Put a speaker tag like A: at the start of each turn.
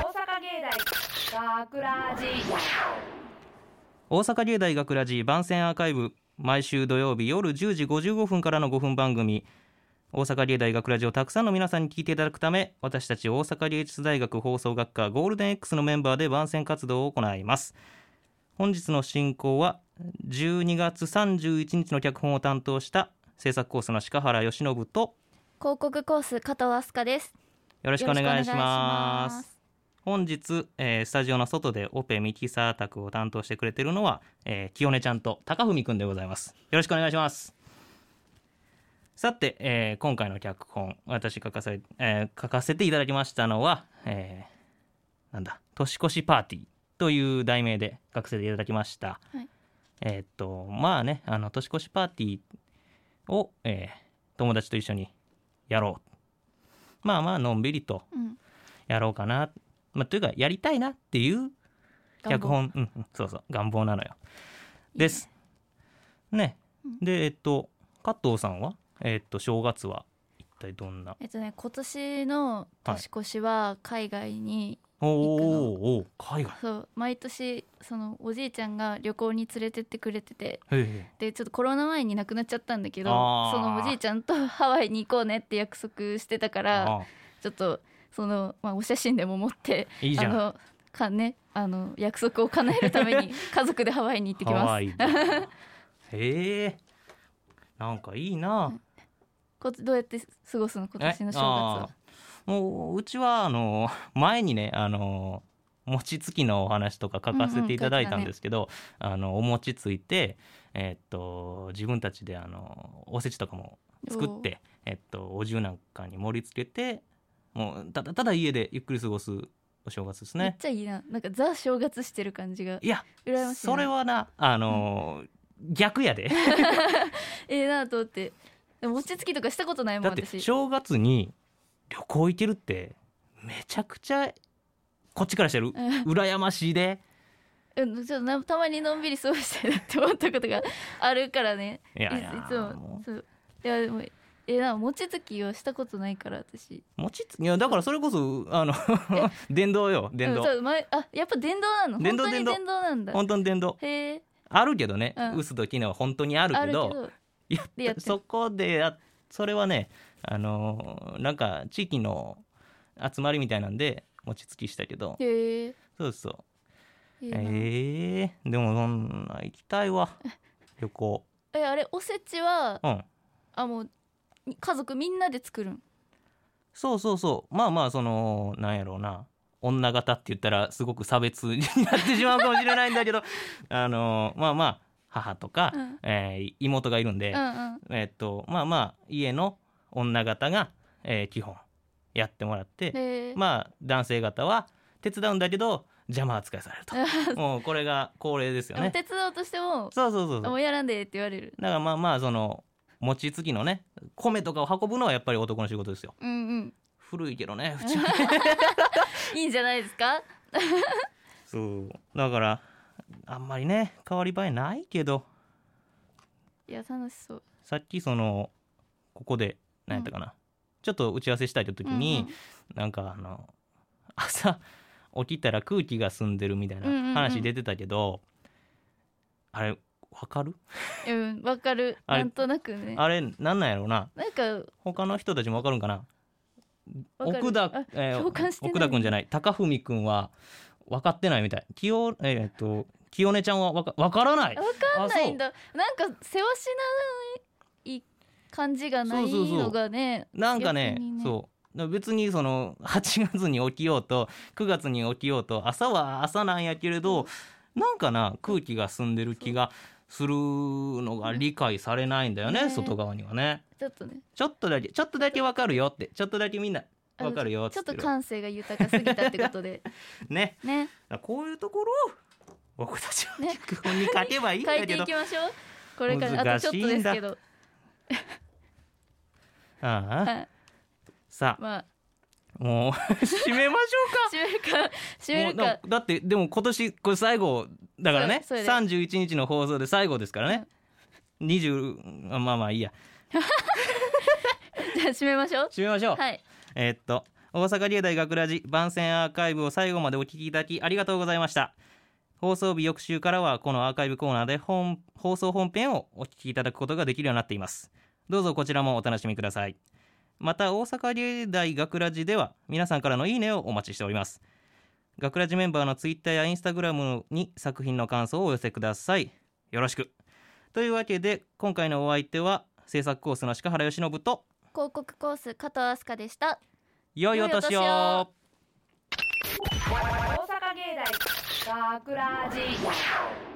A: 大学ラジ
B: 大阪芸大学ラジ番宣アーカイブ毎週土曜日夜10時55分からの5分番組大阪芸大学ラジをたくさんの皆さんに聞いていただくため私たち大阪芸術大学放送学科ゴールデン X のメンバーで番宣活動を行います本日の進行は12月31日の脚本を担当した制作コースの鹿原義信と
C: 広告コース加藤飛鳥です
B: よろしくお願いしま
C: よろしくお願いします
B: す本日、えースタジオの外でオペミキサー宅を担当してくれてるのは、えー、清音ちゃんと高文くんでございますよろしくお願いしますさて、えー今回の脚本私書かせ、えー書かせていただきましたのは、えーなんだ年越しパーティーという題名で書かせていただきました、
C: はい
B: えーっとまあねあの年越しパーティーを、えー友達と一緒にやろうまあまあのんびりと
C: うん
B: やろうかな、まあ、というかやりたいなっていう
C: 願
B: 脚
C: 望
B: 本、うんうん、そうそう願望なのよですね
C: うん
B: でえっと加藤さんはえっと正月は一体どんな
C: えっとね今年の年越しは海外に、
B: おー
C: 行くの
B: おーおー海外
C: そう毎年そのおじいちゃんが旅行に連れてってくれてて
B: へえ
C: でちょっとコロナ前に亡くなっちゃったんだけど
B: あー
C: そのおじいちゃんとハワイに行こうねって約束してたから
B: あ
C: ちょっとその、まあ、お写真でも持って
B: いいじゃ
C: あ
B: ん
C: のかねあの約束を叶えるため に家族でハワイに行ってき
B: か
C: ま
B: わ
C: す
B: いいへえなんかいいな
C: こどうやって過ごすの今年の正月は
B: えあーもううちはあの 前にねあの餅つきのお話とか書かせていただいたんですけど、あのお餅ついて、えっと自分たちであのおせちとかも作って、えっとお重なんかに盛り付けてもうただただ家でゆっくり過ごすお正月です
C: めっ
B: ね。
C: ちゃいいななんかザ正月してる感じが
B: いや
C: 羨ましいな
B: それはなあの、逆やで
C: ええなと思ってでも餅つきとかしたことないも
B: だ
C: ん
B: って
C: 私
B: 正月に旅行行けるってめちゃくちゃこっちからしてる
C: うん
B: 羨ましいで。
C: うんちょっとなたまにのんびり過ごしたいなって思ったことがあるからね
B: いや
C: い
B: いや
C: いつも
B: も
C: そういやでもええな餅つきをしたことないから私
B: う餅ついやだからそれこそあの電動よ電動
C: うんそう前あやっぱ電動なの
B: 電動
C: 本当
B: 電
C: に
B: 動
C: 電動なんだ
B: 本当に電動
C: へえ
B: あるけどね、
C: うん
B: 薄と昨日は本当にある
C: あ
B: け
C: るけ
B: ど
C: ど
B: いや
C: でやってる
B: そこでやそれはねあのーなんか地域の集まりみたいなんで餅つきしたけど
C: へえ
B: そうそう
C: いいな
B: ええでもそんな行きたいわ旅行
C: えあれおせちは
B: うん
C: あもうに家族みんなで作るん
B: そうそうそうまあまあそのなんやろうな女型って言ったらすごく差別になってしまうかもしれないんだけど あのまあまあ母とか、
C: うん
B: えー妹がいるんで、
C: うんうん
B: えっとまあまあ家の女型が、えー基本やってもらって
C: へえ
B: まあ男性型は手伝うんだけど邪魔扱いされる ともうこれが恒例ですよ
C: でも
B: ね
C: 手伝おうとしても
B: そうそうそうそ
C: あも
B: う
C: うやらんでって言われる
B: だからまあまあその餅つきのね米とかを運ぶのはやっぱり男の仕事ですよ
C: うんうん
B: 古いけどねうちはね
C: いいんじゃないですか
B: そうだからあんまりね変わり映えないけど
C: いや楽しそう
B: さっきそのここで何やったかな、ちょっと打ち合わせしたいって時に、なんかあの朝起きたら空気が澄んでるみたい
C: うんうんう
B: なん話出てたけど、あれわかる
C: うんうんうんわかる
B: あれ
C: なんとなくね
B: あれなんなんやろうな
C: なんか
B: 他の人たちもわかるんかな
C: わかる
B: 奥田
C: あ、
B: えー
C: 共感してない
B: 奥田君じゃない高文君は分かってないみたい清,、えーっと清音ちゃんはわかわからない
C: わかんないんだなんか世話しない感じがない
B: そうそうそう
C: のがね
B: なんかね
C: 逆にね
B: そうだから別にその8月に起きようと9月に起きようと朝は朝なんやけれどなんかな空気が澄んでる気がするのが理解されないんだよね
C: ね
B: 外側にはね
C: ちょっとね
B: ちょっとだけちょっとだけわかるよってちょっとだけみんな
C: あ
B: わかるよっ
C: ち
B: つ
C: ょ
B: っ
C: ってと
B: る
C: 感性が豊かすぎたってことで
B: ね だ
C: ね
B: からこういうところを僕たちは
C: ね
B: 脚本に書けばいいん
C: 変
B: だ
C: えて
B: け
C: い
B: ど、
C: きましょうこれからあ
B: 難
C: とちょっ
B: しいん
C: と
B: だ
C: ですけど
B: ああ
C: はい
B: さ
C: まあ
B: あもう締めましょうか
C: 締めるか締
B: も
C: め
B: う
C: る
B: だ
C: か
B: だってでも今年これ最後だからね
C: そうそうです
B: 31日の放送で最後ですからね、20あまあまあいいや
C: じゃあ締めましょう
B: 締めましょう、
C: はい
B: えーっと大阪芸大学ラジ番宣アーカイブを最後までお聞きいただきありがとうございました放送日翌週からはこのアーカイブコーナーで本放送本編をお聞きいただくことができるようになっていますどうぞこちらもお楽しみくださいまた大阪芸大学ラジでは皆さんからのいいねをお待ちしております学ラジメンバーのツイッターやインスタグラムに作品の感想をお寄せくださいよろしくというわけで今回のお相手は制作コースの鹿原由伸と
C: 広告コース加藤飛鳥でした
B: 良いお年
C: 良いお年
B: を
C: を
A: 大阪芸大学ラジ